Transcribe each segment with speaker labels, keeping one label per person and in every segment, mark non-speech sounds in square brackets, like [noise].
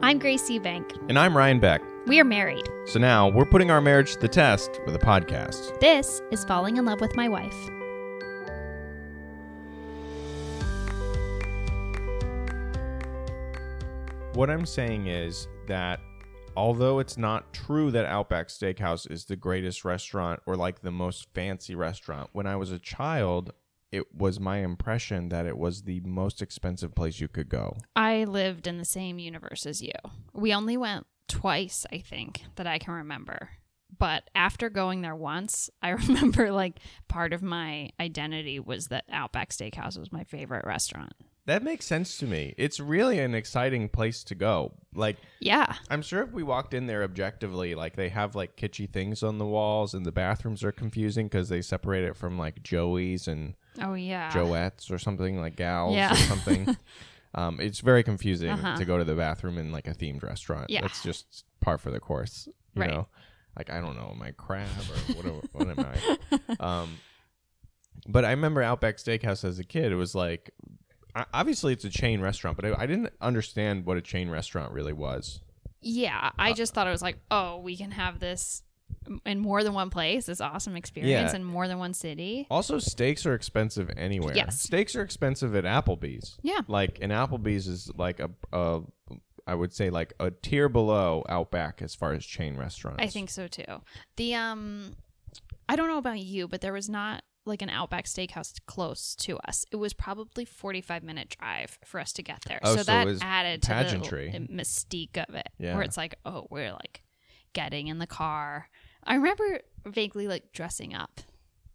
Speaker 1: I'm Grace Eubank.
Speaker 2: And I'm Ryan Beck.
Speaker 1: We are married.
Speaker 2: So now we're putting our marriage to the test with a podcast.
Speaker 1: This is Falling in Love with My Wife.
Speaker 2: What I'm saying is that although it's not true that Outback Steakhouse is the greatest restaurant or like the most fancy restaurant, when I was a child, it was my impression that it was the most expensive place you could go.
Speaker 1: I lived in the same universe as you. We only went twice, I think, that I can remember. But after going there once, I [laughs] remember like part of my identity was that Outback Steakhouse was my favorite restaurant.
Speaker 2: That makes sense to me. It's really an exciting place to go. Like,
Speaker 1: Yeah.
Speaker 2: I'm sure if we walked in there objectively, like they have like kitschy things on the walls and the bathrooms are confusing because they separate it from like Joey's and
Speaker 1: Oh, yeah.
Speaker 2: Joettes or something like gals
Speaker 1: Yeah. [laughs]
Speaker 2: or something. um, it's very confusing
Speaker 1: Uh-huh.
Speaker 2: to go to the bathroom in like a themed restaurant.
Speaker 1: Yeah.
Speaker 2: That's just par for the course. You
Speaker 1: Right.
Speaker 2: know, like I don't know, am I crab
Speaker 1: [laughs]
Speaker 2: or what, am- what am I? Um, but I remember Outback Steakhouse as a kid. It was like, I- obviously it's a chain restaurant, but I, I didn't understand what a chain restaurant really was.
Speaker 1: Yeah. I just thought it was like, oh, we can have this in more than one place, this awesome experience
Speaker 2: Yeah.
Speaker 1: in more than one city.
Speaker 2: Also, steaks are expensive anywhere.
Speaker 1: Yes.
Speaker 2: Steaks are expensive at Applebee's.
Speaker 1: Yeah.
Speaker 2: Like, an Applebee's is like a, a, I would say like a tier below Outback as far as chain restaurants.
Speaker 1: I think so too. The um I don't know about you, but there was not like an Outback Steakhouse close to us. It was probably 45 minute drive for us to get there.
Speaker 2: Oh,
Speaker 1: so
Speaker 2: so
Speaker 1: that
Speaker 2: it was
Speaker 1: added to
Speaker 2: pageantry.
Speaker 1: the mystique of it.
Speaker 2: Yeah.
Speaker 1: Where it's like, oh, we're like getting in the car. I remember vaguely like dressing up.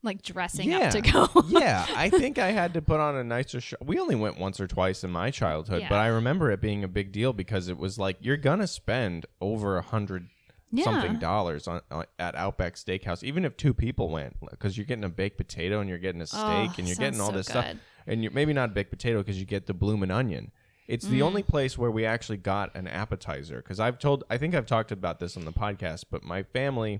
Speaker 1: Like dressing
Speaker 2: Yeah.
Speaker 1: up to [laughs] go.
Speaker 2: [laughs] yeah, I think I had to put on a nicer show. We only went once or twice in my childhood,
Speaker 1: Yeah.
Speaker 2: but I remember it being a big deal because it was like you're gonna spend over a hundred
Speaker 1: Yeah.
Speaker 2: something dollars on, on at Outback Steakhouse, even if two people went, because you're getting a baked potato and you're getting a steak
Speaker 1: Oh,
Speaker 2: and you're
Speaker 1: sounds
Speaker 2: getting all
Speaker 1: so
Speaker 2: this stuff,
Speaker 1: good.
Speaker 2: and you're maybe not a baked potato because you get the bloomin' onion. It's the
Speaker 1: Mm.
Speaker 2: only place where we actually got an appetizer because I've told, I think I've talked about this on the podcast, but my family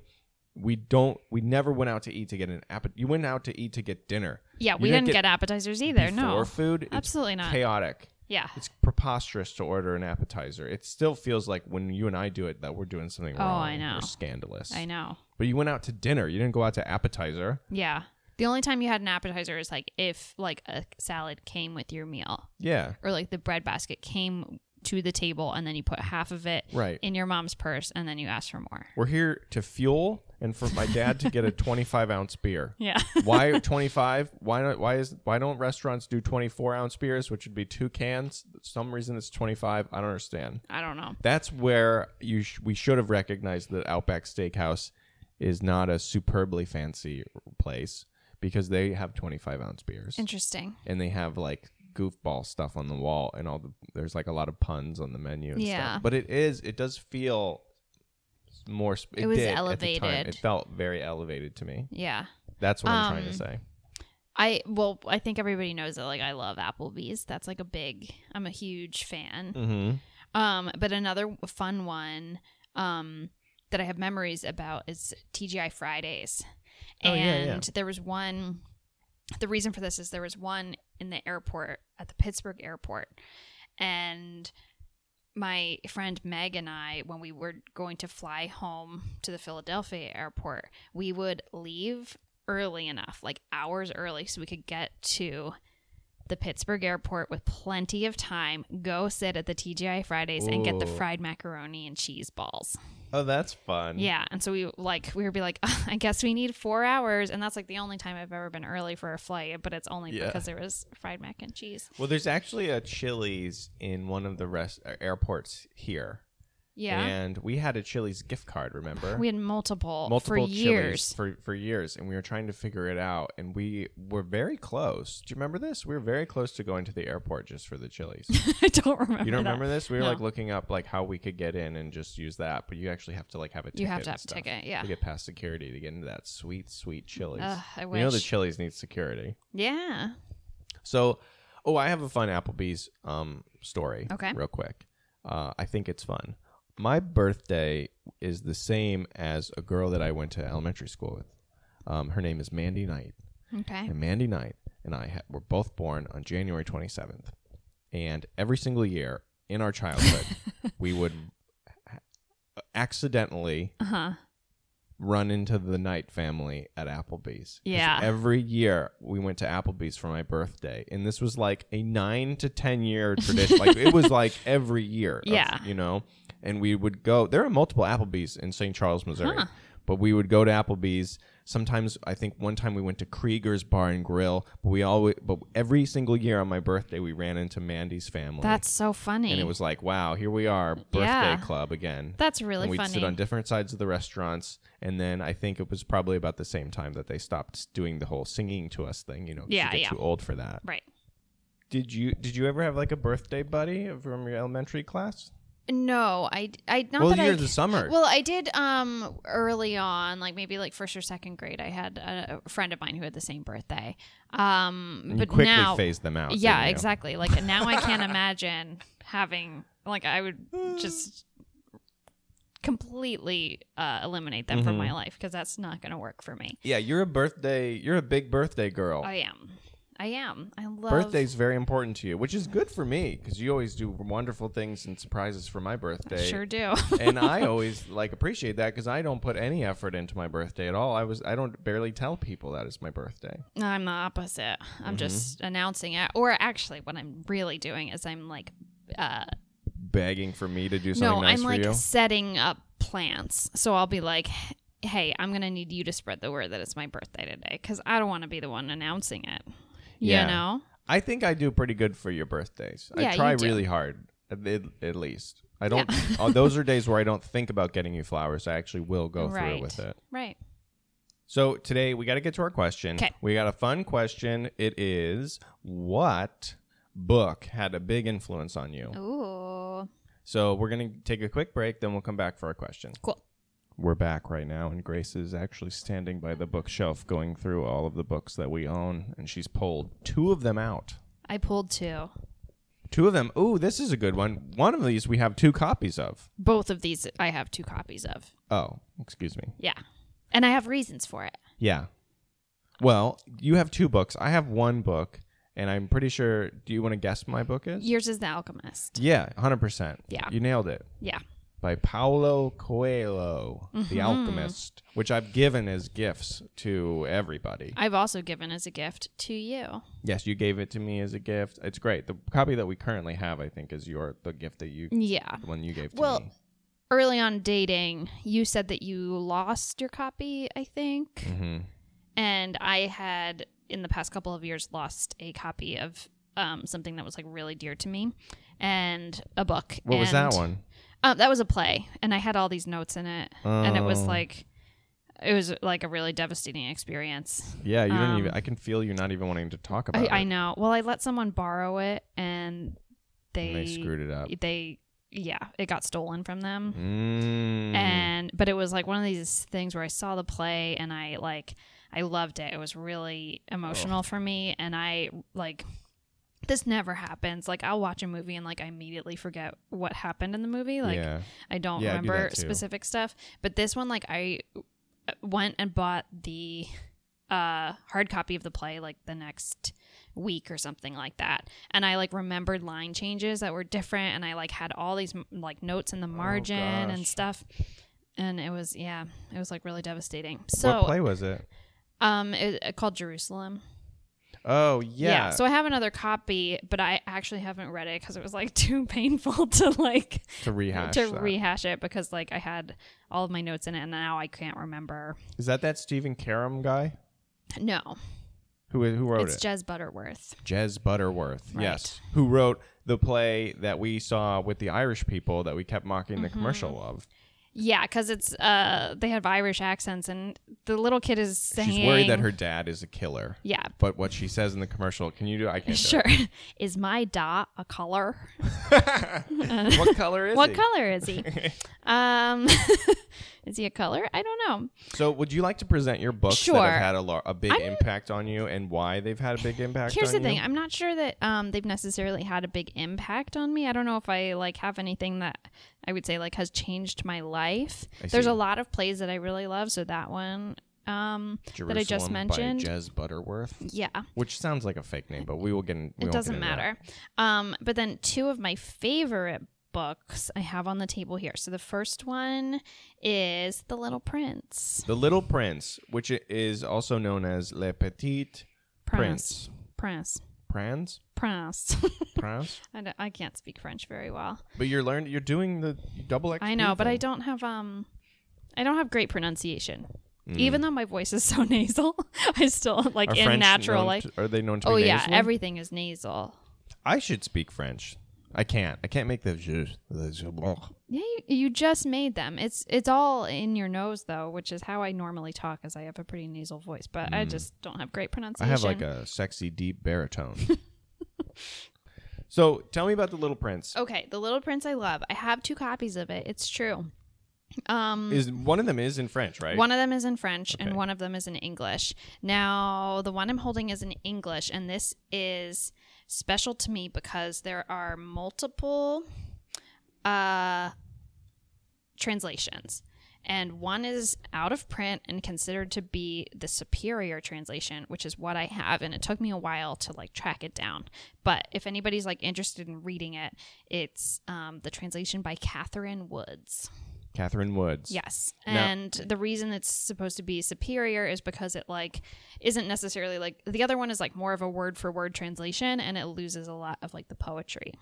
Speaker 2: we don't we never went out to eat to get an appetite you went out to eat to get dinner
Speaker 1: yeah,
Speaker 2: You
Speaker 1: we didn't get, appetizers either. No.
Speaker 2: before food It's
Speaker 1: Absolutely not.
Speaker 2: chaotic
Speaker 1: Yeah.
Speaker 2: it's preposterous to order an appetizer it still feels like when you and i do it that we're doing something wrong
Speaker 1: Oh, I know.
Speaker 2: or scandalous
Speaker 1: I know.
Speaker 2: but you went out to dinner you didn't go out to appetizer
Speaker 1: Yeah. The only time you had an appetizer is like if like a salad came with your meal
Speaker 2: yeah
Speaker 1: or like the bread basket came to the table and then you put half of it
Speaker 2: Right.
Speaker 1: in your mom's purse and then you asked for more.
Speaker 2: we're here to fuel and for my dad to get a 25 ounce beer
Speaker 1: Yeah. [laughs]
Speaker 2: why 25 why not why is why don't restaurants do 24 ounce beers which would be two cans some reason it's 25 i don't understand
Speaker 1: I don't know.
Speaker 2: that's where you sh- we should have recognized that Outback Steakhouse is not a superbly fancy place because they have 25 ounce beers
Speaker 1: Interesting.
Speaker 2: and they have like goofball stuff on the wall and all the there's like a lot of puns on the menu and
Speaker 1: Yeah.
Speaker 2: stuff but it is it does feel more sp-
Speaker 1: was
Speaker 2: did at the time.
Speaker 1: elevated.
Speaker 2: it felt very elevated to me
Speaker 1: Yeah.
Speaker 2: that's what i'm trying to
Speaker 1: Um,
Speaker 2: say
Speaker 1: I well, I think everybody knows that like I love Applebee's. That's like a big I'm a huge fan.
Speaker 2: mm-hmm.
Speaker 1: Um but another fun one um that I have memories about is TGI Fridays.
Speaker 2: Oh, yeah, yeah.
Speaker 1: and there was one the reason for this is there was one in the airport at the Pittsburgh airport and my friend Meg and I, when we were going to fly home to the Philadelphia airport, we would leave early enough, like hours early, so we could get to the Pittsburgh airport with plenty of time, go sit at the TGI Fridays and get the
Speaker 2: Ooh.
Speaker 1: fried macaroni and cheese balls.
Speaker 2: oh that's fun
Speaker 1: Yeah, and so we like we would be like, "Ugh, I guess we need four hours, and that's like the only time I've ever been early for a flight, but it's only
Speaker 2: Yeah.
Speaker 1: because there was fried mac and cheese.
Speaker 2: well there's actually a chili's in one of the rest uh, airports here
Speaker 1: Yeah,
Speaker 2: And we had a Chili's gift card, remember?
Speaker 1: we had multiple,
Speaker 2: multiple
Speaker 1: for
Speaker 2: Chili's
Speaker 1: years. [laughs]
Speaker 2: for for years and we were trying to figure it out and we were very close. Do you remember this? We were very close to going to the airport just for the Chili's.
Speaker 1: I don't remember.
Speaker 2: You
Speaker 1: [laughs]
Speaker 2: don't
Speaker 1: that.
Speaker 2: remember this? We were
Speaker 1: No.
Speaker 2: like looking up like how we could get in and just use that, but you actually have to like have a ticket.
Speaker 1: You have to
Speaker 2: and
Speaker 1: have a
Speaker 2: stuff
Speaker 1: ticket, yeah.
Speaker 2: To get past security to get into that sweet sweet Chili's.
Speaker 1: Ugh, I
Speaker 2: You know the
Speaker 1: wish.
Speaker 2: Chili's needs security.
Speaker 1: Yeah.
Speaker 2: So, oh, I have a fun Applebee's um story.
Speaker 1: Okay.
Speaker 2: real quick. Uh, I think it's fun. My birthday is the same as a girl that I went to elementary school with. Um, her name is Mandy Knight,
Speaker 1: Okay.
Speaker 2: and Mandy Knight and I ha- were both born on January 27th. And every single year, in our childhood, we would accidentally
Speaker 1: Uh huh.
Speaker 2: run into the Knight family at Applebee's. 'Cause
Speaker 1: Yeah.
Speaker 2: Every year we went to Applebee's for my birthday. And this was like a nine to 10
Speaker 1: [laughs]
Speaker 2: year tradition. like it was like every year. of-
Speaker 1: Yeah.
Speaker 2: You know? And we would go, there are multiple Applebee's in St. Charles, Missouri.
Speaker 1: Huh.
Speaker 2: But we would go to Applebee's. Sometimes I think one time we went to Krieger's Bar and Grill, but we always, but every single year on my birthday we ran into Mandy's family,
Speaker 1: That's so funny.
Speaker 2: and it was like, wow, here we are, birthday
Speaker 1: Yeah.
Speaker 2: club again
Speaker 1: That's really
Speaker 2: and we'd
Speaker 1: funny.
Speaker 2: sit on different sides of the restaurants and then i think it was probably about the same time that they stopped doing the whole singing to us thing you know 'cause
Speaker 1: Yeah,
Speaker 2: you get
Speaker 1: yeah.
Speaker 2: too old for that
Speaker 1: right.
Speaker 2: did you did you ever have like a birthday buddy from your elementary class
Speaker 1: No, I I not
Speaker 2: well
Speaker 1: that
Speaker 2: you're
Speaker 1: I
Speaker 2: the summer
Speaker 1: Well, I did um early on, like maybe like first or second grade. I had a, a friend of mine who had the same birthday. Um,
Speaker 2: and you
Speaker 1: but
Speaker 2: quickly
Speaker 1: now,
Speaker 2: phase them out
Speaker 1: yeah,
Speaker 2: didn't you?
Speaker 1: exactly. Like now, I can't imagine having like I
Speaker 2: [laughs]
Speaker 1: would just completely uh, eliminate them from
Speaker 2: Mhm.
Speaker 1: my life because that's not going to work for me.
Speaker 2: yeah you're a birthday you're a big birthday girl
Speaker 1: I am, I am. I love
Speaker 2: Birthday's very important to you, which is good for me because you always do wonderful things and surprises for my birthday.
Speaker 1: Sure do.
Speaker 2: [laughs]
Speaker 1: [laughs]
Speaker 2: and I always like appreciate that because I don't put any effort into my birthday at all. I was I don't barely tell people that it's my birthday.
Speaker 1: No, I'm the opposite.
Speaker 2: Mm-hmm.
Speaker 1: I'm just announcing it. Or actually, what I'm really doing is I'm like, uh,
Speaker 2: begging for me to do
Speaker 1: no,
Speaker 2: something nice
Speaker 1: I'm
Speaker 2: for
Speaker 1: like
Speaker 2: you.
Speaker 1: setting up plans. So I'll be like, hey, I'm going to need you to spread the word that it's my birthday today because I don't want to be the one announcing it.
Speaker 2: Yeah.
Speaker 1: You know?
Speaker 2: I think I do pretty good for your birthdays.
Speaker 1: Yeah,
Speaker 2: I try
Speaker 1: you do.
Speaker 2: really hard, at, at- at least. I don't.
Speaker 1: [laughs]
Speaker 2: uh, those are days where I don't think about getting you flowers. I actually will go through
Speaker 1: Right.
Speaker 2: with it.
Speaker 1: Right.
Speaker 2: So today we got to get to our question.
Speaker 1: 'Kay.
Speaker 2: We got a fun question. It is what book had a big influence on
Speaker 1: Oh.
Speaker 2: you?
Speaker 1: Ooh.
Speaker 2: So we're gonna take a quick break, then we'll come back for our question.
Speaker 1: Cool.
Speaker 2: We're back right now, and Grace is actually standing by the bookshelf, going through all of the books that we own, and she's pulled two of them out.
Speaker 1: I pulled two.
Speaker 2: Two of them. Ooh, this is a good one. One of these we have two copies of.
Speaker 1: Both of these I have two copies of.
Speaker 2: Oh, excuse me.
Speaker 1: Yeah. And I have reasons for it.
Speaker 2: Yeah. Well, you have two books. I have one book, and I'm pretty sure. Do you want to guess my book is?
Speaker 1: Yours is The Alchemist.
Speaker 2: Yeah, 100%.
Speaker 1: Yeah.
Speaker 2: You nailed it.
Speaker 1: Yeah.
Speaker 2: By Paulo Coelho,
Speaker 1: Mm-hmm.
Speaker 2: The Alchemist, which I've given as gifts to everybody.
Speaker 1: I've also given as a gift to you.
Speaker 2: Yes, you gave it to me as a gift. It's great. The copy that we currently have, I think, is your the gift that you
Speaker 1: Yeah.
Speaker 2: the one you gave to
Speaker 1: Well,
Speaker 2: me.
Speaker 1: early on dating, you said that you lost your copy, I think.
Speaker 2: Mhm.
Speaker 1: And I had, in the past couple of years, lost a copy of um, something that was like really dear to me and a book.
Speaker 2: What was that
Speaker 1: And-
Speaker 2: one?
Speaker 1: Uh, that was a play. And I had all these notes in it. And it was
Speaker 2: Oh.
Speaker 1: like, it was like a really devastating experience.
Speaker 2: Yeah, you don't
Speaker 1: um,
Speaker 2: even. I can feel you not even wanting to talk about
Speaker 1: I,
Speaker 2: it.
Speaker 1: I know. Well, I let someone borrow it and they,
Speaker 2: And they screwed it up.
Speaker 1: They, yeah, it got stolen from them.
Speaker 2: Mm.
Speaker 1: and but it was like one of these things where I saw the play and I like I loved it. It was really emotional for me and I like this never happens. Like I'll watch a movie and like I immediately forget what happened in the movie. Like
Speaker 2: yeah,
Speaker 1: I don't
Speaker 2: Yeah, I do that
Speaker 1: remember
Speaker 2: too.
Speaker 1: specific stuff, but this one like I uh, went and bought the uh hard copy of the play like the next week or something like that and i like remembered line changes that were different and i like had all these m- like notes in the margin and
Speaker 2: Oh, gosh.
Speaker 1: stuff and it was yeah it was like really devastating so
Speaker 2: what play was it?
Speaker 1: um it, it called jerusalem
Speaker 2: Oh yeah.
Speaker 1: so i have another copy but i actually haven't read it because it was like [laughs] too painful to like
Speaker 2: to rehash.
Speaker 1: to
Speaker 2: that.
Speaker 1: rehash it because like I had all of my notes in it and now I can't remember.
Speaker 2: is that that Stephen Karam guy
Speaker 1: No,
Speaker 2: who who wrote
Speaker 1: it's
Speaker 2: it?
Speaker 1: Jez Butterworth.
Speaker 2: Jez Butterworth,
Speaker 1: Right.
Speaker 2: yes, who wrote the play that we saw with the Irish people that we kept mocking
Speaker 1: Mm-hmm.
Speaker 2: the commercial of.
Speaker 1: Yeah, because it's uh they have Irish accents and the little kid is saying
Speaker 2: She's worried that her dad is a killer,
Speaker 1: yeah.
Speaker 2: but what she says in the commercial, can you do? I
Speaker 1: [laughs]
Speaker 2: can't.
Speaker 1: Sure. Is my da a color?
Speaker 2: Do it. what color is
Speaker 1: what
Speaker 2: he?
Speaker 1: color is
Speaker 2: [laughs]
Speaker 1: he? um [laughs] is he a color? I don't know.
Speaker 2: So, would you like to present your books that
Speaker 1: Sure.
Speaker 2: have had a, lar- a big
Speaker 1: I'm-
Speaker 2: impact on you and why they've had a big impact?
Speaker 1: Here's the
Speaker 2: on
Speaker 1: thing.
Speaker 2: you?
Speaker 1: I'm not sure that um, they've necessarily had a big impact on me. I don't know if I like have anything that I would say like has changed my life.
Speaker 2: I
Speaker 1: There's
Speaker 2: see.
Speaker 1: a lot of plays that I really love, so that one um,
Speaker 2: Jerusalem
Speaker 1: I just mentioned.
Speaker 2: by Jez Butterworth,
Speaker 1: yeah,
Speaker 2: which sounds like a fake name, but we will get. In,
Speaker 1: it
Speaker 2: we won't
Speaker 1: doesn't
Speaker 2: get into that.
Speaker 1: matter. Um, but then two of my favorite books I have on the table here. So the first one is The Little Prince.
Speaker 2: The Little Prince, which i- is also known as Le Petit Prince,
Speaker 1: Prince.
Speaker 2: Prince,
Speaker 1: Prince. [laughs]
Speaker 2: Prince.
Speaker 1: I, don't- I can't speak French very well.
Speaker 2: But you're learning. You're doing the double X.
Speaker 1: I know, but I don't have um, I don't have great pronunciation. Even though my voice is [laughs] so nasal, I still like
Speaker 2: Mm. Are
Speaker 1: in
Speaker 2: French
Speaker 1: natural
Speaker 2: known
Speaker 1: like.
Speaker 2: to- are they known to?
Speaker 1: oh
Speaker 2: be
Speaker 1: yeah,
Speaker 2: nasally?
Speaker 1: everything is nasal.
Speaker 2: I should speak French. I can't. I can't make the. zh- the zh-
Speaker 1: Yeah, you, you just made them. It's it's all in your nose though, which is how I normally talk, as I have a pretty nasal voice. But I just don't have great
Speaker 2: Mm. I
Speaker 1: pronunciation.
Speaker 2: have like a sexy deep baritone. [laughs] so tell me about the Little Prince.
Speaker 1: okay. The Little Prince, I love. I have two copies of it. It's true. Um,
Speaker 2: Is one of them is in French, right?
Speaker 1: One of them is in French
Speaker 2: Okay.
Speaker 1: and one of them is in English. Now, the one I'm holding is in English, and this is special to me because there are multiple uh, translations. And one is out of print and considered to be the superior translation, which is what I have. And it took me a while to like track it down. But if anybody's like interested in reading it, it's um, the translation by Catherine Woods.
Speaker 2: Catherine Woods.
Speaker 1: Yes.
Speaker 2: Now-
Speaker 1: And the reason it's supposed to be superior is because it like isn't necessarily like the other one is like more of a word for word translation and it loses a lot of like the poetry.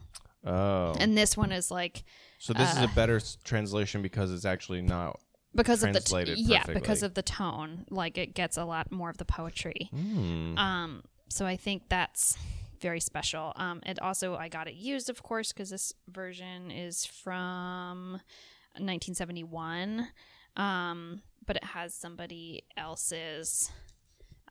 Speaker 2: Oh.
Speaker 1: And this one is like
Speaker 2: so this
Speaker 1: Uh.
Speaker 2: is a better s- translation because it's actually not.
Speaker 1: because of the t-
Speaker 2: Translated
Speaker 1: yeah,
Speaker 2: perfectly.
Speaker 1: because of the tone, like it gets a lot more of the poetry.
Speaker 2: Hmm.
Speaker 1: Um, so I think that's very special. Um, it also I got it used, of course, because this version is from 1971, um, but it has somebody else's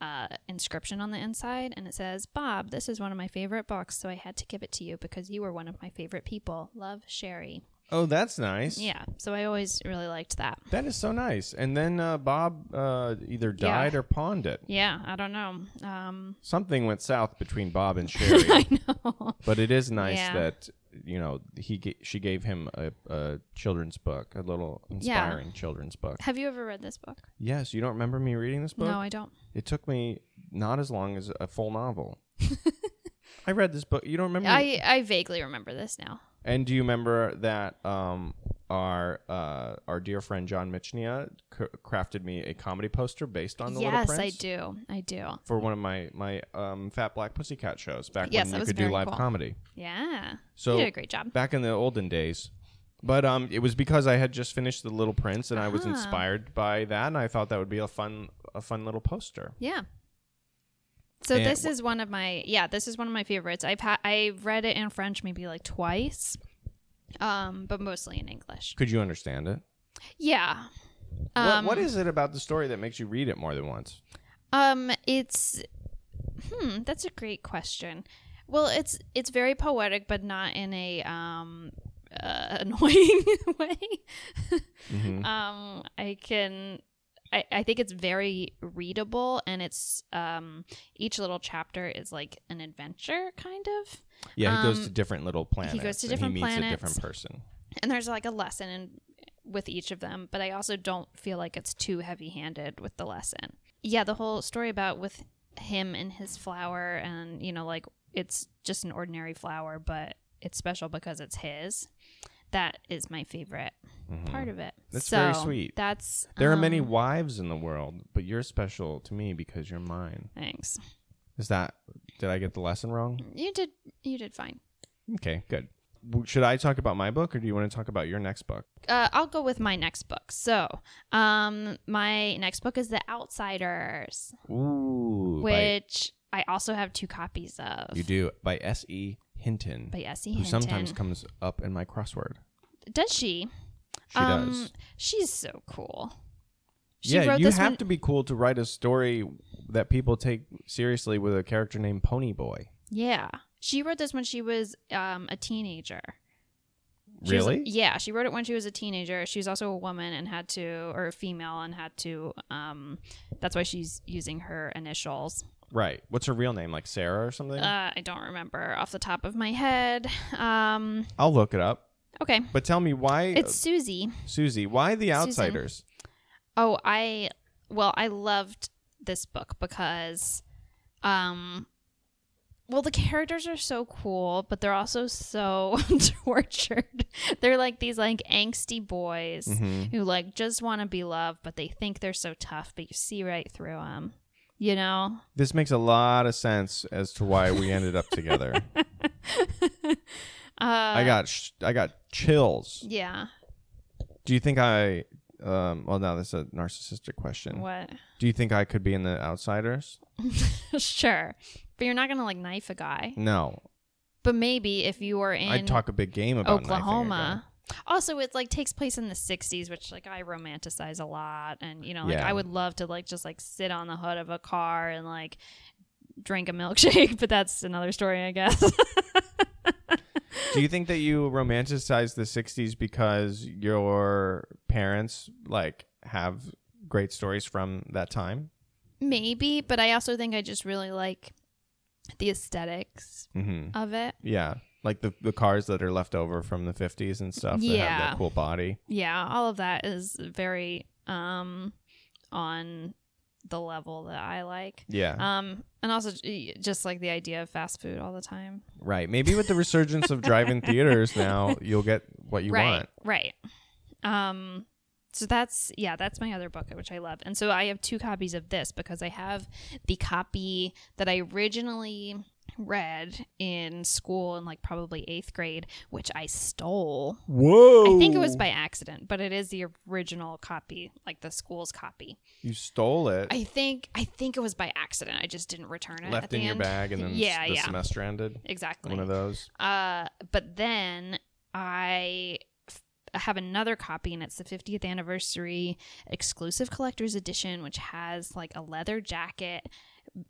Speaker 1: uh, inscription on the inside, and it says, "Bob, this is one of my favorite books, so I had to give it to you because you were one of my favorite people. Love, Sherry."
Speaker 2: Oh, that's nice.
Speaker 1: Yeah, so I always really liked that.
Speaker 2: That is so nice. And then uh, Bob uh, either died or pawned it.
Speaker 1: Yeah, I don't know. Um,
Speaker 2: Something went south between Bob and Sherry.
Speaker 1: [laughs] I know.
Speaker 2: but it is nice
Speaker 1: Yeah.
Speaker 2: that you know he ga- she gave him a, a children's book, a little
Speaker 1: Yeah.
Speaker 2: inspiring children's
Speaker 1: [laughs]
Speaker 2: book.
Speaker 1: Have you ever read this book?
Speaker 2: Yes, you don't remember me reading this book?
Speaker 1: no, I don't.
Speaker 2: It took me not as long as a
Speaker 1: [laughs]
Speaker 2: full novel. I read this book. You don't remember?
Speaker 1: I, I vaguely remember this now.
Speaker 2: and do you remember that um, our uh, our dear friend John Michnia c- crafted me a comedy poster based on the Little
Speaker 1: Yes,
Speaker 2: Prince?
Speaker 1: I do. I do.
Speaker 2: For one of my my um, Fat Black Pussycat shows back
Speaker 1: Yes, that
Speaker 2: when you
Speaker 1: was
Speaker 2: could do
Speaker 1: very
Speaker 2: live
Speaker 1: cool.
Speaker 2: comedy.
Speaker 1: Yeah.
Speaker 2: So-
Speaker 1: you did a great job.
Speaker 2: back in the olden days. But um, it was because I had just finished The Little Prince, and I was
Speaker 1: Ah.
Speaker 2: inspired by that, and I thought that would be a fun, a fun little poster.
Speaker 1: Yeah. So
Speaker 2: And-
Speaker 1: this is one of my yeah, this is one of my favorites. I've had I've read it in French maybe like twice. Um, but mostly in English.
Speaker 2: Could you understand it?
Speaker 1: Yeah.
Speaker 2: What, what is it about the story that makes you read it more than once?
Speaker 1: Um, it's hmm, that's a great question. Well, it's it's very poetic, but not in a um uh, [laughs] annoying way. Um, I can. I, I think it's very readable and it's um, each little chapter is like an adventure kind of
Speaker 2: Yeah, he goes
Speaker 1: Um,
Speaker 2: to different little planets.
Speaker 1: to
Speaker 2: and
Speaker 1: different
Speaker 2: He meets a
Speaker 1: planets.
Speaker 2: different person.
Speaker 1: and there's like a lesson in, with each of them but i also don't feel like it's too heavy-handed with the lesson yeah the whole story about with him and his flower and you know like it's just an ordinary flower but it's special because it's his that is my favorite part of it
Speaker 2: That's
Speaker 1: so
Speaker 2: very sweet.
Speaker 1: that's
Speaker 2: Mm-hmm. There are many
Speaker 1: um,
Speaker 2: wives in the world, but you're special to me because you're mine.
Speaker 1: thanks
Speaker 2: Is that? Did I get the lesson wrong?
Speaker 1: you did you did fine
Speaker 2: Okay, good. W- Should I talk about my book, or do you want to talk about your next book?
Speaker 1: uh, I'll go with my next book. So, um, my next book is The Outsiders,
Speaker 2: Ooh, by-
Speaker 1: which I also have two copies of
Speaker 2: You do by S. E. Hinton,
Speaker 1: by Essie
Speaker 2: who
Speaker 1: Hinton.
Speaker 2: sometimes comes up in my crossword.
Speaker 1: does she?
Speaker 2: She does.
Speaker 1: She's so cool. Um, She
Speaker 2: Yeah,
Speaker 1: wrote
Speaker 2: you
Speaker 1: this
Speaker 2: have
Speaker 1: one.
Speaker 2: to be cool to write a story that people take seriously with a character named Pony Boy.
Speaker 1: yeah, she wrote this when she was um, a teenager. She was-
Speaker 2: Really?
Speaker 1: yeah, she wrote it when she was a teenager. She was also a woman and had to, or a female and had to. Um, that's why she's using her initials.
Speaker 2: Right. What's her real name? Like Sarah or something?
Speaker 1: Uh, I don't remember off the top of my head. Um,
Speaker 2: I'll look it up.
Speaker 1: okay.
Speaker 2: But tell me why, uh,
Speaker 1: It's Susie.
Speaker 2: Susie? Why the outsiders?
Speaker 1: Oh, I well, I loved this book because, um, well, the characters are so cool, but they're also so [laughs] tortured. They're like these like angsty boys
Speaker 2: hmm
Speaker 1: who like just want to be loved, but they think they're so tough, but you see right through them. You know, [laughs]
Speaker 2: This makes a lot of sense as to why we ended
Speaker 1: [laughs]
Speaker 2: up together.
Speaker 1: Uh,
Speaker 2: I got sh- I got chills. [laughs]
Speaker 1: yeah.
Speaker 2: Do you think I? Um, well, now that's a narcissistic question.
Speaker 1: What? [laughs]
Speaker 2: Do you think I could be in the Outsiders?
Speaker 1: sure, but you're not gonna like knife a guy.
Speaker 2: No,
Speaker 1: But maybe if you were in
Speaker 2: I'd talk a big game about knifing a
Speaker 1: Oklahoma. Also, it like takes place in the '60s, which like I romanticize a lot, and you know, like
Speaker 2: Yeah.
Speaker 1: I would love to like just like sit on the hood of a car and like drink a milkshake, [laughs] but that's another story, I guess. [laughs]
Speaker 2: guy. Do you think that you romanticize the '60s because your parents like have great stories from that time?
Speaker 1: Maybe, but I also think I just really like the aesthetics
Speaker 2: Mm-hmm.
Speaker 1: of it.
Speaker 2: Yeah, like the the cars that are left over from the '50s and stuff. That have
Speaker 1: Yeah.
Speaker 2: that cool body.
Speaker 1: Yeah, all of that is very um on the level that I like.
Speaker 2: Yeah.
Speaker 1: Um and also j- just like the idea of fast food all the time.
Speaker 2: Right. Maybe with the resurgence of drive-in theaters now, you'll get what you
Speaker 1: right,
Speaker 2: want.
Speaker 1: Right. Um so that's yeah, that's my other book which I love. And so I have two copies of this because I have the copy that I originally read in school in like probably 8th grade, which I stole.
Speaker 2: Whoa!
Speaker 1: I think it was by accident, but it is the original copy, like the school's copy.
Speaker 2: you stole it,
Speaker 1: I think I think it was by accident. I just didn't return it. at
Speaker 2: left
Speaker 1: the
Speaker 2: in your
Speaker 1: end. [laughs]
Speaker 2: bag, and then s-
Speaker 1: Yeah,
Speaker 2: the
Speaker 1: yeah.
Speaker 2: semester ended.
Speaker 1: Exactly.
Speaker 2: One of those.
Speaker 1: Uh, but then I f- have another copy, and it's the 50th anniversary exclusive collector's edition, which has like a leather jacket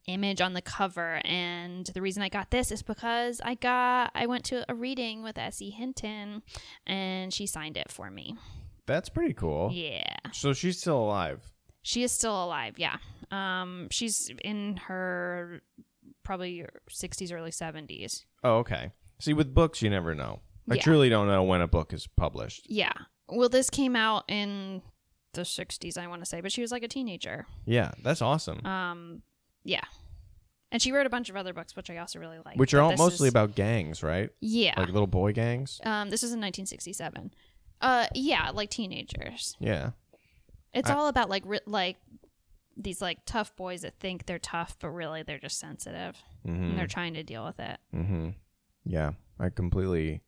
Speaker 1: image on the cover. And the reason I got this is because I got I went to a reading with Essie Hinton, and she signed it for me.
Speaker 2: That's pretty cool.
Speaker 1: Yeah.
Speaker 2: So she's still alive.
Speaker 1: She is still alive, yeah. Um, she's in her probably 60s, early 70s.
Speaker 2: Oh, okay. See, with books, you never know. I
Speaker 1: Yeah.
Speaker 2: truly don't know when a book is published.
Speaker 1: Yeah. Well, this came out in the 60s, I want to say, but she was like a teenager.
Speaker 2: Yeah, that's awesome.
Speaker 1: Um, yeah. And she wrote a bunch of other books, which I also really like.
Speaker 2: Which
Speaker 1: but
Speaker 2: are all
Speaker 1: this
Speaker 2: mostly
Speaker 1: is-
Speaker 2: about gangs, right?
Speaker 1: Yeah.
Speaker 2: Like little boy gangs.
Speaker 1: um, this is in 1967. Uh, yeah, like teenagers.
Speaker 2: Yeah.
Speaker 1: It's
Speaker 2: I-
Speaker 1: all about like ri- like these like tough boys that think they're tough, but really they're just sensitive
Speaker 2: Mm-hmm.
Speaker 1: and they're trying to deal with it.
Speaker 2: mm-hmm. Yeah,
Speaker 1: [laughs]
Speaker 2: I completely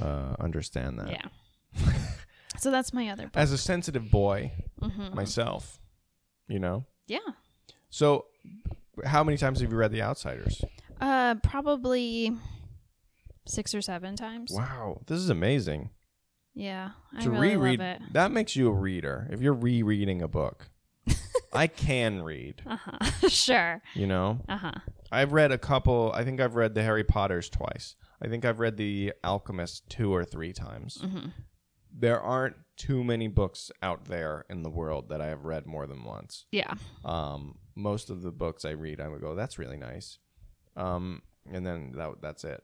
Speaker 2: uh, understand that. [laughs]
Speaker 1: Yeah. so that's my other book.
Speaker 2: As a sensitive boy,
Speaker 1: hmm
Speaker 2: myself. You know.
Speaker 1: Yeah.
Speaker 2: So, how many times have you read The Outsiders?
Speaker 1: Uh, probably six or seven times.
Speaker 2: Wow, this is amazing.
Speaker 1: Yeah. I
Speaker 2: to
Speaker 1: really
Speaker 2: reread
Speaker 1: love it.
Speaker 2: that makes you a reader. If you're rereading
Speaker 1: [laughs]
Speaker 2: a book, I can read.
Speaker 1: Uh
Speaker 2: Uh-huh. [laughs]
Speaker 1: huh. sure.
Speaker 2: You know,
Speaker 1: Uh huh.
Speaker 2: I've read a couple. I think I've read the Harry Potter's twice. I think I've read the Alchemist two or three times.
Speaker 1: Mm. Mm-hmm.
Speaker 2: There aren't too many books out there in the world that I have read more than once.
Speaker 1: Yeah.
Speaker 2: Um, most of the books I read, I would go, "That's really nice," um, and then that that's it.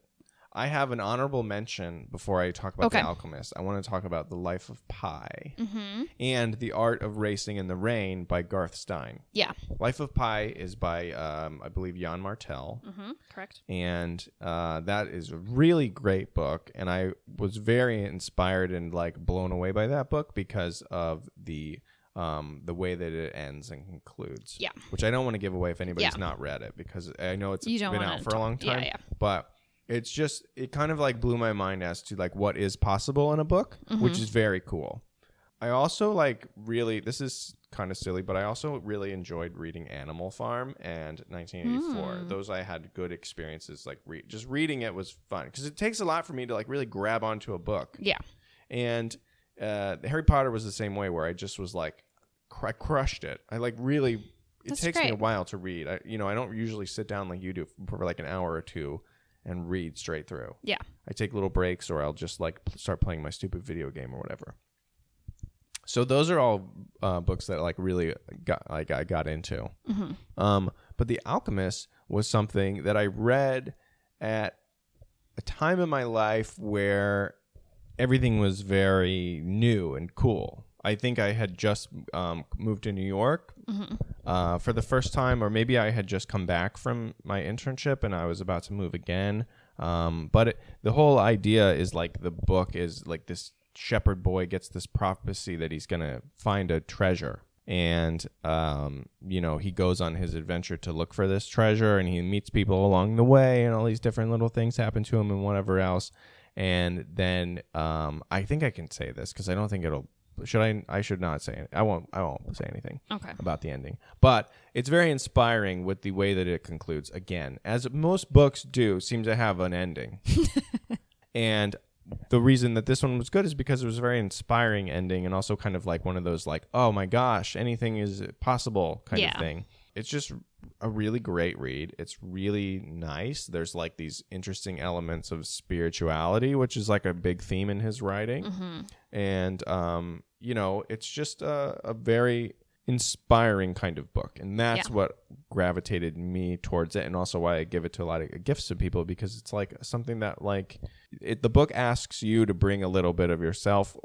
Speaker 2: I have an honorable mention before I talk about
Speaker 1: Okay.
Speaker 2: the Alchemist. I want to talk about the Life of Pi
Speaker 1: Mm-hmm.
Speaker 2: and the Art of Racing in the Rain by Garth Stein.
Speaker 1: Yeah.
Speaker 2: Life of Pi is by um, I believe Jan Martel,
Speaker 1: Mm-hmm. Correct.
Speaker 2: and uh, that is a really great book. And I was very inspired and like blown away by that book because of the um, the way that it ends and concludes
Speaker 1: Yeah.
Speaker 2: which I don't want to give away if anybody's
Speaker 1: Yeah.
Speaker 2: not read it because I know it's
Speaker 1: You
Speaker 2: been
Speaker 1: don't
Speaker 2: out
Speaker 1: wanna
Speaker 2: for a long
Speaker 1: yeah,
Speaker 2: time.
Speaker 1: yeah.
Speaker 2: But it's just it kind of like blew my mind as to like what is possible in a book, which is very cool. I also like really this is kind of silly, but I also really enjoyed reading Animal Farm and 1984.
Speaker 1: Mm.
Speaker 2: Those I had good experiences like re- just reading it was fun because it takes a lot for me to like really grab onto a book.
Speaker 1: Yeah.
Speaker 2: And uh, Harry Potter was the same way, where I just was like, cr- I crushed it. I like really. It
Speaker 1: That's
Speaker 2: takes me a
Speaker 1: great.
Speaker 2: while to read. I, you know, I don't usually sit down like you do for like an hour or two and read straight through.
Speaker 1: Yeah.
Speaker 2: I take little breaks, or I'll just like pl- start playing my stupid video game or whatever. So those are all uh, books that like really got like I got into.
Speaker 1: Mhm.
Speaker 2: Um, but The Alchemist was something that I read at a time in my life where everything was very new and cool. I think I had just um, moved to New York
Speaker 1: hmm
Speaker 2: uh, for the first time, or maybe I had just come back from my internship and I was about to move again. Um, but it, the whole idea is like the book is like this shepherd boy gets this prophecy that he's going to find a treasure. And, um, you know, he goes on his adventure to look for this treasure and he meets people along the way and all these different little things happen to him and whatever else. And then um, I think I can say this because I don't think it'll. Should I? I should not say it. I won't. I won't say anything
Speaker 1: Okay.
Speaker 2: about the ending. But it's very inspiring with the way that it concludes. Again, as most books do, seem to have
Speaker 1: [laughs]
Speaker 2: an ending. and the reason that this one was good is because it was a very inspiring ending and also kind of like one of those like, oh my gosh, anything is possible kind
Speaker 1: Yeah.
Speaker 2: of thing. It's just a really great read. It's really nice. There's like these interesting elements of spirituality, which is like a big theme in his writing
Speaker 1: hmm
Speaker 2: and um, you know it's just a, a very inspiring kind of book and that's what gravitated me towards it and also why i give it to a lot of gifts to people because it's like something that like it, the book asks you to bring a little bit of yourself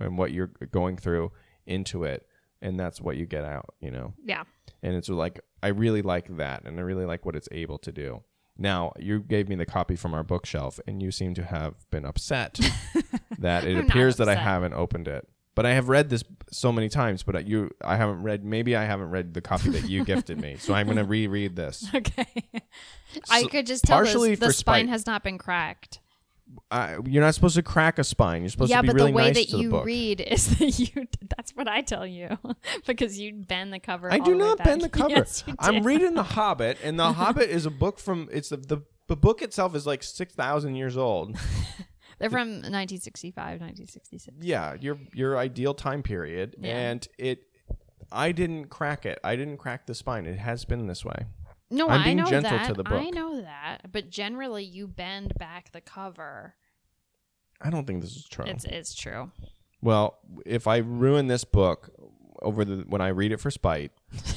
Speaker 2: and what you're going through into it and that's what you get out you know
Speaker 1: Yeah. [laughs]
Speaker 2: and it's like i really like that and i really like what it's able to do now you gave me the copy from our bookshelf and you seem to have been upset
Speaker 1: [laughs]
Speaker 2: that it
Speaker 1: I'm not
Speaker 2: appears that i
Speaker 1: upset.
Speaker 2: haven't opened it but i have read this so many times but you i haven't read maybe i haven't read the copy that you gifted me so i'm
Speaker 1: [laughs]
Speaker 2: going to reread this
Speaker 1: Okay. I
Speaker 2: So,
Speaker 1: could just tell
Speaker 2: partially
Speaker 1: this, the
Speaker 2: for
Speaker 1: spine
Speaker 2: spite.
Speaker 1: has not been cracked.
Speaker 2: I, you're not supposed to crack a spine you're supposed
Speaker 1: yeah,
Speaker 2: to be
Speaker 1: but
Speaker 2: really
Speaker 1: the way
Speaker 2: nice
Speaker 1: that
Speaker 2: to
Speaker 1: you
Speaker 2: the book
Speaker 1: read [laughs] is that you. That's what I tell you [laughs] because you bend the cover.
Speaker 2: i
Speaker 1: all
Speaker 2: do
Speaker 1: the way
Speaker 2: not
Speaker 1: back. [laughs]
Speaker 2: bend the cover
Speaker 1: Yes, you
Speaker 2: i'm
Speaker 1: do.
Speaker 2: reading the hobbit
Speaker 1: [laughs]
Speaker 2: and the hobbit is a book from it's the, the the book itself is like 6000 years old
Speaker 1: They're from 1965, 1966.
Speaker 2: yeah your your ideal time period
Speaker 1: Yeah.
Speaker 2: and it i didn't crack it i didn't crack the spine it has been this way
Speaker 1: No,
Speaker 2: I'm
Speaker 1: i
Speaker 2: being
Speaker 1: know
Speaker 2: gentle
Speaker 1: that.
Speaker 2: to the
Speaker 1: I
Speaker 2: book.
Speaker 1: know that, but generally you bend back the cover.
Speaker 2: i don't think this is true
Speaker 1: It's it's true.
Speaker 2: well if i ruin this book over the when i read it
Speaker 1: [laughs]
Speaker 2: for spite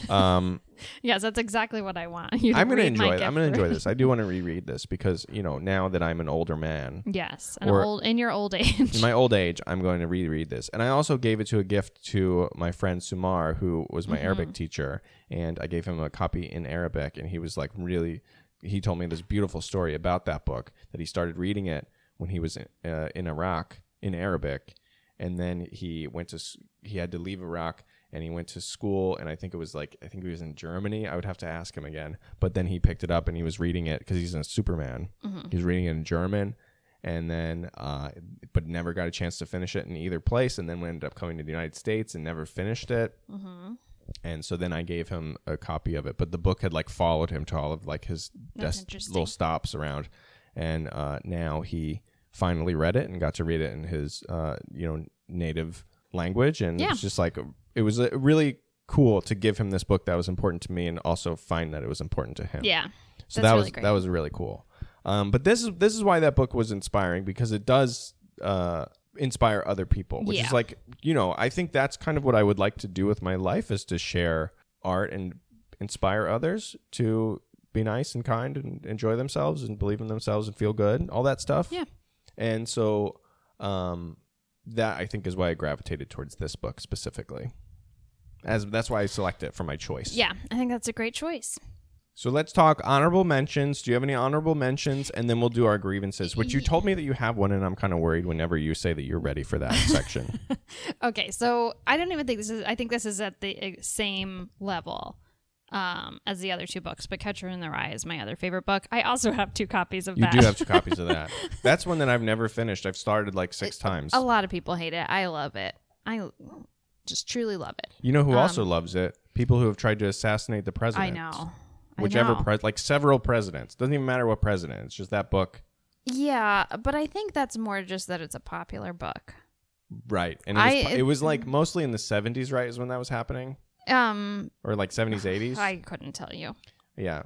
Speaker 2: um
Speaker 1: Yes, that's exactly what I want. [laughs] You
Speaker 2: i'm gonna
Speaker 1: read my
Speaker 2: enjoy it i'm
Speaker 1: gift
Speaker 2: gonna enjoy
Speaker 1: for-
Speaker 2: this i do want to reread this because you know now that i'm an older man
Speaker 1: [laughs] Yes, an
Speaker 2: Or-
Speaker 1: old in your old [laughs] age.
Speaker 2: in my old age i'm going to reread this and i also gave it to a gift to my friend sumar who was my arabic teacher and i gave him a copy in arabic and he was like really he told me this beautiful story about that book that he started reading it when he was uh, in iraq in arabic and then he went to s- he had to leave iraq and he went to school and i think it was like i think he was in germany i would have to ask him again but then he picked it up and he was reading it because he's a superman
Speaker 1: Mhm.
Speaker 2: he was reading it in german and then uh, but never got a chance to finish it in either place and then we ended up coming to the united states and never finished it
Speaker 1: Mhm.
Speaker 2: and so then i gave him a copy of it but the book had like followed him to all of like his
Speaker 1: That's
Speaker 2: desk,
Speaker 1: interesting.
Speaker 2: little stops around and uh, now he finally read it and got to read it in his uh, you know native language and it
Speaker 1: Yeah.
Speaker 2: was just like a- it was a really cool to give him this book that was important to me and also find that it was important to him
Speaker 1: Yeah.
Speaker 2: so
Speaker 1: That's
Speaker 2: that
Speaker 1: really
Speaker 2: was
Speaker 1: great.
Speaker 2: that was really cool. Um, but this is this is why that book was inspiring because it does uh, inspire other people, which
Speaker 1: Yeah.
Speaker 2: is like you know I think that's kind of what I would like to do with my life is to share art and inspire others to be nice and kind and enjoy themselves and believe in themselves and feel good, all that stuff.
Speaker 1: Yeah.
Speaker 2: And so um, that I think is why I gravitated towards this book specifically. As that's why I select it for my choice.
Speaker 1: Yeah, I think that's a great choice.
Speaker 2: So let's talk honorable mentions. Do you have any honorable mentions? And then we'll do our grievances, which you told me that you have one, and I'm kind of worried whenever you say that you're ready for
Speaker 1: [laughs]
Speaker 2: that section.
Speaker 1: Okay, so I don't even think this is. I think this is at the uh, same level um, as the other two books. But Catcher in the Rye is my other favorite book. I also have two copies of
Speaker 2: You
Speaker 1: that.
Speaker 2: do have two copies
Speaker 1: [laughs]
Speaker 2: of that. That's one that I've never finished. I've started like six times.
Speaker 1: a lot of people hate it. I love it. I just truly love it.
Speaker 2: You know who also loves it? People who have tried to assassinate the
Speaker 1: um,
Speaker 2: president.
Speaker 1: I know. I
Speaker 2: Whichever
Speaker 1: know.
Speaker 2: pres, like several presidents. Doesn't even matter what president. It's just that book,
Speaker 1: yeah, but I think that's more just that it's a popular book.
Speaker 2: right? And it was,
Speaker 1: I-
Speaker 2: pu- it was like mostly in the '70s, right? Is when that was happening,
Speaker 1: Um,
Speaker 2: or like '70s,
Speaker 1: [sighs]
Speaker 2: '80s.
Speaker 1: I couldn't tell you,
Speaker 2: yeah.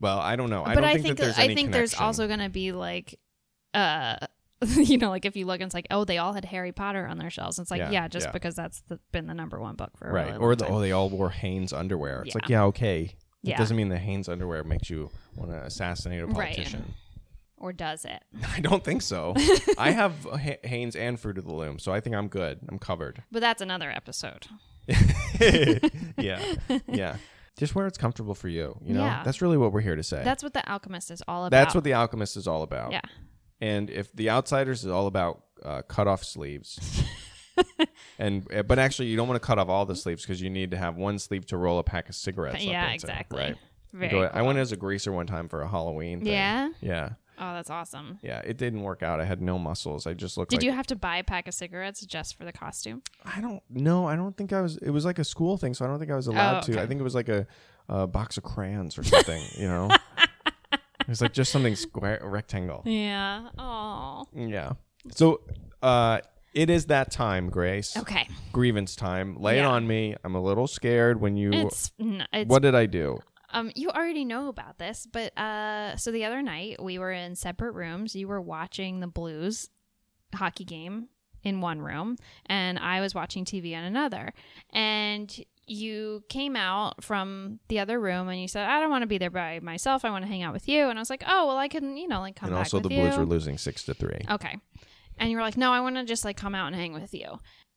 Speaker 2: Well, I don't know. I
Speaker 1: but
Speaker 2: don't
Speaker 1: I
Speaker 2: think,
Speaker 1: think
Speaker 2: that there's
Speaker 1: I
Speaker 2: any
Speaker 1: think there's
Speaker 2: connection.
Speaker 1: also gonna be like, uh. [laughs] You know, like if you look, and it's like, oh, they all had Harry Potter on their shelves. It's like,
Speaker 2: Yeah,
Speaker 1: yeah, just
Speaker 2: yeah.
Speaker 1: because that's the, been the number one book for a
Speaker 2: right
Speaker 1: really
Speaker 2: or
Speaker 1: long
Speaker 2: the,
Speaker 1: time.
Speaker 2: oh they all wore hanes underwear it's like yeah okay it
Speaker 1: Yeah.
Speaker 2: doesn't mean the hanes underwear makes you want to assassinate a
Speaker 1: Right.
Speaker 2: politician [laughs]
Speaker 1: or does it?
Speaker 2: I don't
Speaker 1: [laughs]
Speaker 2: think so. I have Ha- Hanes and Fruit of the Loom, so I think I'm good.
Speaker 1: [laughs]
Speaker 2: I'm covered. [laughs]
Speaker 1: But that's another episode.
Speaker 2: yeah,
Speaker 1: [laughs]
Speaker 2: yeah. Just where it's comfortable for you. You know,
Speaker 1: Yeah.
Speaker 2: that's really what we're here to say.
Speaker 1: That's what The Alchemist is all about.
Speaker 2: That's what The Alchemist is all about.
Speaker 1: Yeah.
Speaker 2: And if The Outsiders is all about uh, cut off
Speaker 1: [laughs]
Speaker 2: sleeves. and uh, but actually, you don't want to cut off all the sleeves because you need to have one sleeve to roll a pack of cigarettes. up
Speaker 1: yeah,
Speaker 2: into,
Speaker 1: exactly.
Speaker 2: Right.
Speaker 1: Very
Speaker 2: Go- I
Speaker 1: cool.
Speaker 2: went as a greaser one time for a Halloween. Thing.
Speaker 1: Yeah?
Speaker 2: Yeah.
Speaker 1: Oh, that's awesome.
Speaker 2: Yeah. It didn't work out. I had no muscles. I just looked
Speaker 1: Did
Speaker 2: like
Speaker 1: you have to buy a pack of cigarettes just for the costume?
Speaker 2: I don't know. I don't think I was. It was like a school thing, so I don't think I was allowed to.
Speaker 1: Oh, okay.
Speaker 2: I think it was like a, a box of crayons or something.
Speaker 1: [laughs]
Speaker 2: you know, it was like just something square, rectangle.
Speaker 1: Yeah. Oh.
Speaker 2: Yeah. So, uh, it is that time, Grace.
Speaker 1: Okay.
Speaker 2: Grievance time. Lay it
Speaker 1: Yeah.
Speaker 2: on me. I'm a little scared. When you,
Speaker 1: It's n- it's
Speaker 2: what did I do?
Speaker 1: um you already know about this, but uh so the other night we were in separate rooms. You were watching the Blues hockey game in one room and I was watching TV in another. And you came out from the other room and you said, "I don't want to be there by myself. I want to hang out with you." And I was like, "Oh, well, I can, you know, like come
Speaker 2: and
Speaker 1: back
Speaker 2: also,
Speaker 1: with
Speaker 2: the
Speaker 1: you." Oh.
Speaker 2: Blues were losing six to three.
Speaker 1: Okay. And you were like, no, I want to just like come out and hang with you.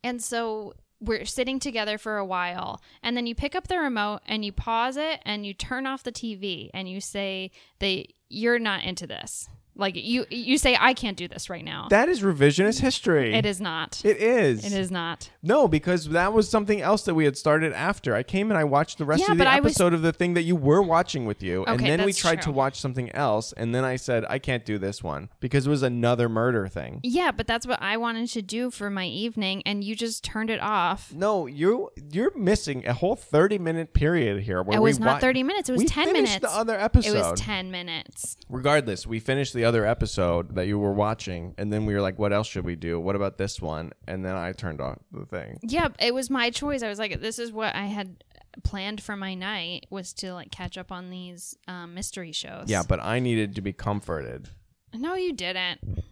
Speaker 1: And so we're sitting together for a while. And then you pick up the remote and you pause it and you turn off the TV and you say that you're not into this. Like you, you say, I can't do this right now.
Speaker 2: That is revisionist history.
Speaker 1: it is not.
Speaker 2: It is.
Speaker 1: It is not.
Speaker 2: No, because that was something else that we had started after. I came and I watched the rest
Speaker 1: Yeah,
Speaker 2: of the
Speaker 1: but I was-
Speaker 2: episode of the thing that you were watching with you, and
Speaker 1: Okay,
Speaker 2: then we
Speaker 1: that's
Speaker 2: tried to
Speaker 1: true.
Speaker 2: watch something else, and then I said I can't do this one because it was another murder thing.
Speaker 1: Yeah, but that's what I wanted to do for my evening. And you just turned it off.
Speaker 2: No, you you're missing a whole thirty minute period here. Where
Speaker 1: It was
Speaker 2: we
Speaker 1: not
Speaker 2: wa-
Speaker 1: 30 minutes. It was
Speaker 2: we
Speaker 1: 10
Speaker 2: finished
Speaker 1: minutes.
Speaker 2: The other
Speaker 1: it
Speaker 2: episode.
Speaker 1: was 10 minutes.
Speaker 2: Regardless, we finished the other episode that you were watching, and then we were like, "What else should we do? What about this one?" And then I turned off the thing.
Speaker 1: yeah it was my choice i was like this is what i had planned for my night was to like catch up on these um, mystery shows
Speaker 2: Yeah, but I needed to be comforted.
Speaker 1: no you didn't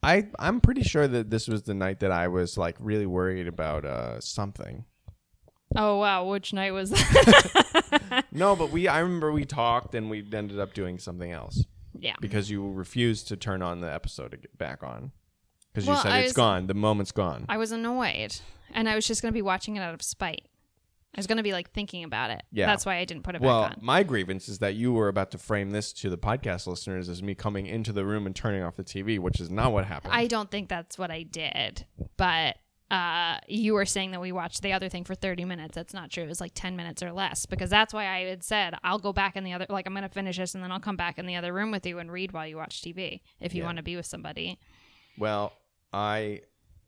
Speaker 2: I I'm pretty sure that this was the night that I was like really worried about
Speaker 1: [laughs]
Speaker 2: uh something.
Speaker 1: oh wow which night was that
Speaker 2: No, but we I remember we talked and we ended up doing something else
Speaker 1: [laughs] yeah
Speaker 2: because you refused to turn on the episode to get back on because you
Speaker 1: Well,
Speaker 2: said
Speaker 1: I
Speaker 2: it's
Speaker 1: was- Oh,
Speaker 2: gone. The moment's gone.
Speaker 1: i was annoyed and i was just gonna be watching it out of spite i was gonna be like thinking about it
Speaker 2: Yeah.
Speaker 1: that's why i didn't put it
Speaker 2: well,
Speaker 1: back on
Speaker 2: my grievance is that you were about to frame this to the podcast listeners as me coming into the room and turning off the TV, which is not what happened.
Speaker 1: i don't think that's what i did but uh, you were saying that we watched the other thing for 30 minutes. That's not true. It was like 10 minutes or less because that's why I had said, I'll go back in the other, like, I'm going to finish this and then I'll come back in the other room with you and read while you watch TV if you
Speaker 2: Yeah.
Speaker 1: want to be with
Speaker 2: [laughs]
Speaker 1: somebody.
Speaker 2: Well, I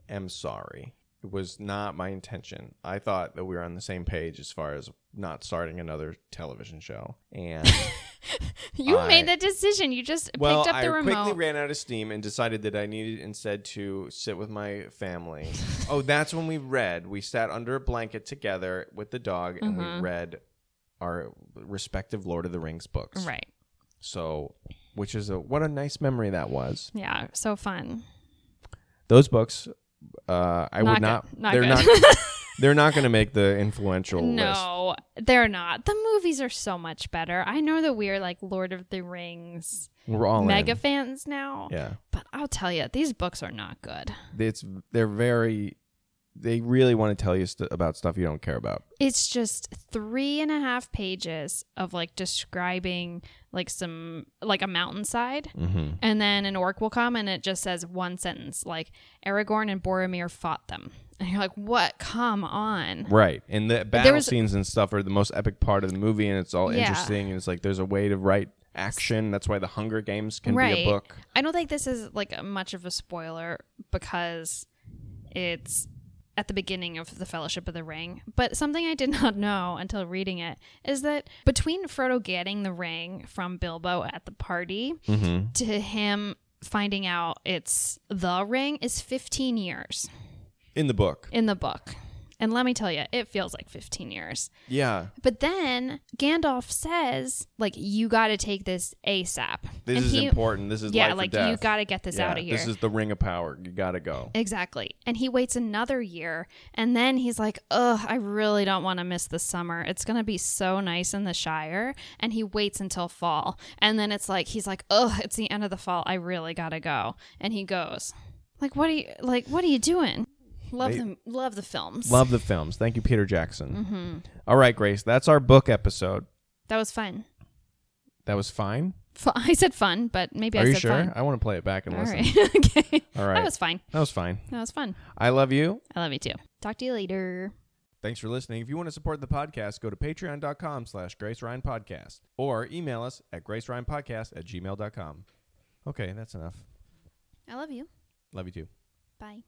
Speaker 2: am sorry. It was not my intention. I thought that we were on the same page as far as not starting another television show.
Speaker 1: [laughs]
Speaker 2: And
Speaker 1: You
Speaker 2: I-
Speaker 1: made the decision. You just
Speaker 2: well,
Speaker 1: picked up
Speaker 2: I
Speaker 1: the remote.
Speaker 2: quickly ran out of steam and decided that I needed instead to sit with my family. oh, that's when we read. We sat under a blanket together with the dog and we
Speaker 1: Mhm.
Speaker 2: read our respective Lord of the Rings books.
Speaker 1: right.
Speaker 2: So, which is a what a nice memory that was.
Speaker 1: Yeah. So fun.
Speaker 2: Those books uh, I would
Speaker 1: Not
Speaker 2: not,
Speaker 1: good. Not
Speaker 2: they're
Speaker 1: good.
Speaker 2: not
Speaker 1: [laughs]
Speaker 2: They're not going to make the influential list.
Speaker 1: no, they're not. The movies are so much better. I know that we're like Lord of the Rings
Speaker 2: We're all
Speaker 1: mega
Speaker 2: in.
Speaker 1: fans now,
Speaker 2: Yeah,
Speaker 1: but I'll tell you, these books are not good.
Speaker 2: it's they're very. They really want to tell you st- about stuff you don't care about.
Speaker 1: it's just three and a half pages of like describing like some like a mountainside
Speaker 2: Mm-hmm.
Speaker 1: and then an orc will come and it just says one sentence like aragorn and boromir fought them and you're like what come on
Speaker 2: Right, and the battle
Speaker 1: was-
Speaker 2: scenes and stuff are the most epic part of the movie, and it's all
Speaker 1: Yeah.
Speaker 2: interesting. And it's like there's a way to write action. That's why the Hunger Games can be
Speaker 1: Right.
Speaker 2: a book.
Speaker 1: i don't think this is like much of a spoiler because it's at the beginning of the Fellowship of the Ring. But something I did [laughs] not know until reading it is that between Frodo getting the ring from Bilbo at the party
Speaker 2: Mm-hmm.
Speaker 1: to him finding out it's the ring is 15 years
Speaker 2: In the book,
Speaker 1: in the book. And let me tell you, it feels like 15 years.
Speaker 2: Yeah.
Speaker 1: But then Gandalf says, like, you got to take this ASAP.
Speaker 2: This
Speaker 1: And
Speaker 2: is
Speaker 1: he-
Speaker 2: important. This is
Speaker 1: Yeah,
Speaker 2: life or
Speaker 1: like,
Speaker 2: death.
Speaker 1: you got to get this
Speaker 2: Yeah,
Speaker 1: out of here.
Speaker 2: This is the ring of power. You got to go.
Speaker 1: Exactly. And he waits another year and then he's like, ugh, I really don't want to miss the summer. It's going to be so nice in the Shire. And he waits until fall. And then it's like, he's like, ugh, it's the end of the fall. I really got to go. And he goes, like, what are you, like, what are you doing? Love
Speaker 2: They-
Speaker 1: them. Love the films.
Speaker 2: Love the films. Thank you, Peter Jackson.
Speaker 1: Mm-hmm.
Speaker 2: All right, Grace. That's our book episode.
Speaker 1: That was fun.
Speaker 2: That was fine.
Speaker 1: Fu- [laughs] I said fun, but maybe
Speaker 2: Are
Speaker 1: I
Speaker 2: you
Speaker 1: said
Speaker 2: sure?
Speaker 1: fun.
Speaker 2: I want to play it back and
Speaker 1: All
Speaker 2: listen.
Speaker 1: right. [laughs] okay.
Speaker 2: All right.
Speaker 1: That was fine.
Speaker 2: That was fine.
Speaker 1: That was fun.
Speaker 2: I love you.
Speaker 1: I love you too. Talk to you later.
Speaker 2: Thanks for listening. If you want to support the podcast, go to patreon.com slash Grace Ryan Podcast or email us at graceryanpodcast at gmail.com. Okay, that's enough.
Speaker 1: I love you.
Speaker 2: Love you too.
Speaker 1: Bye.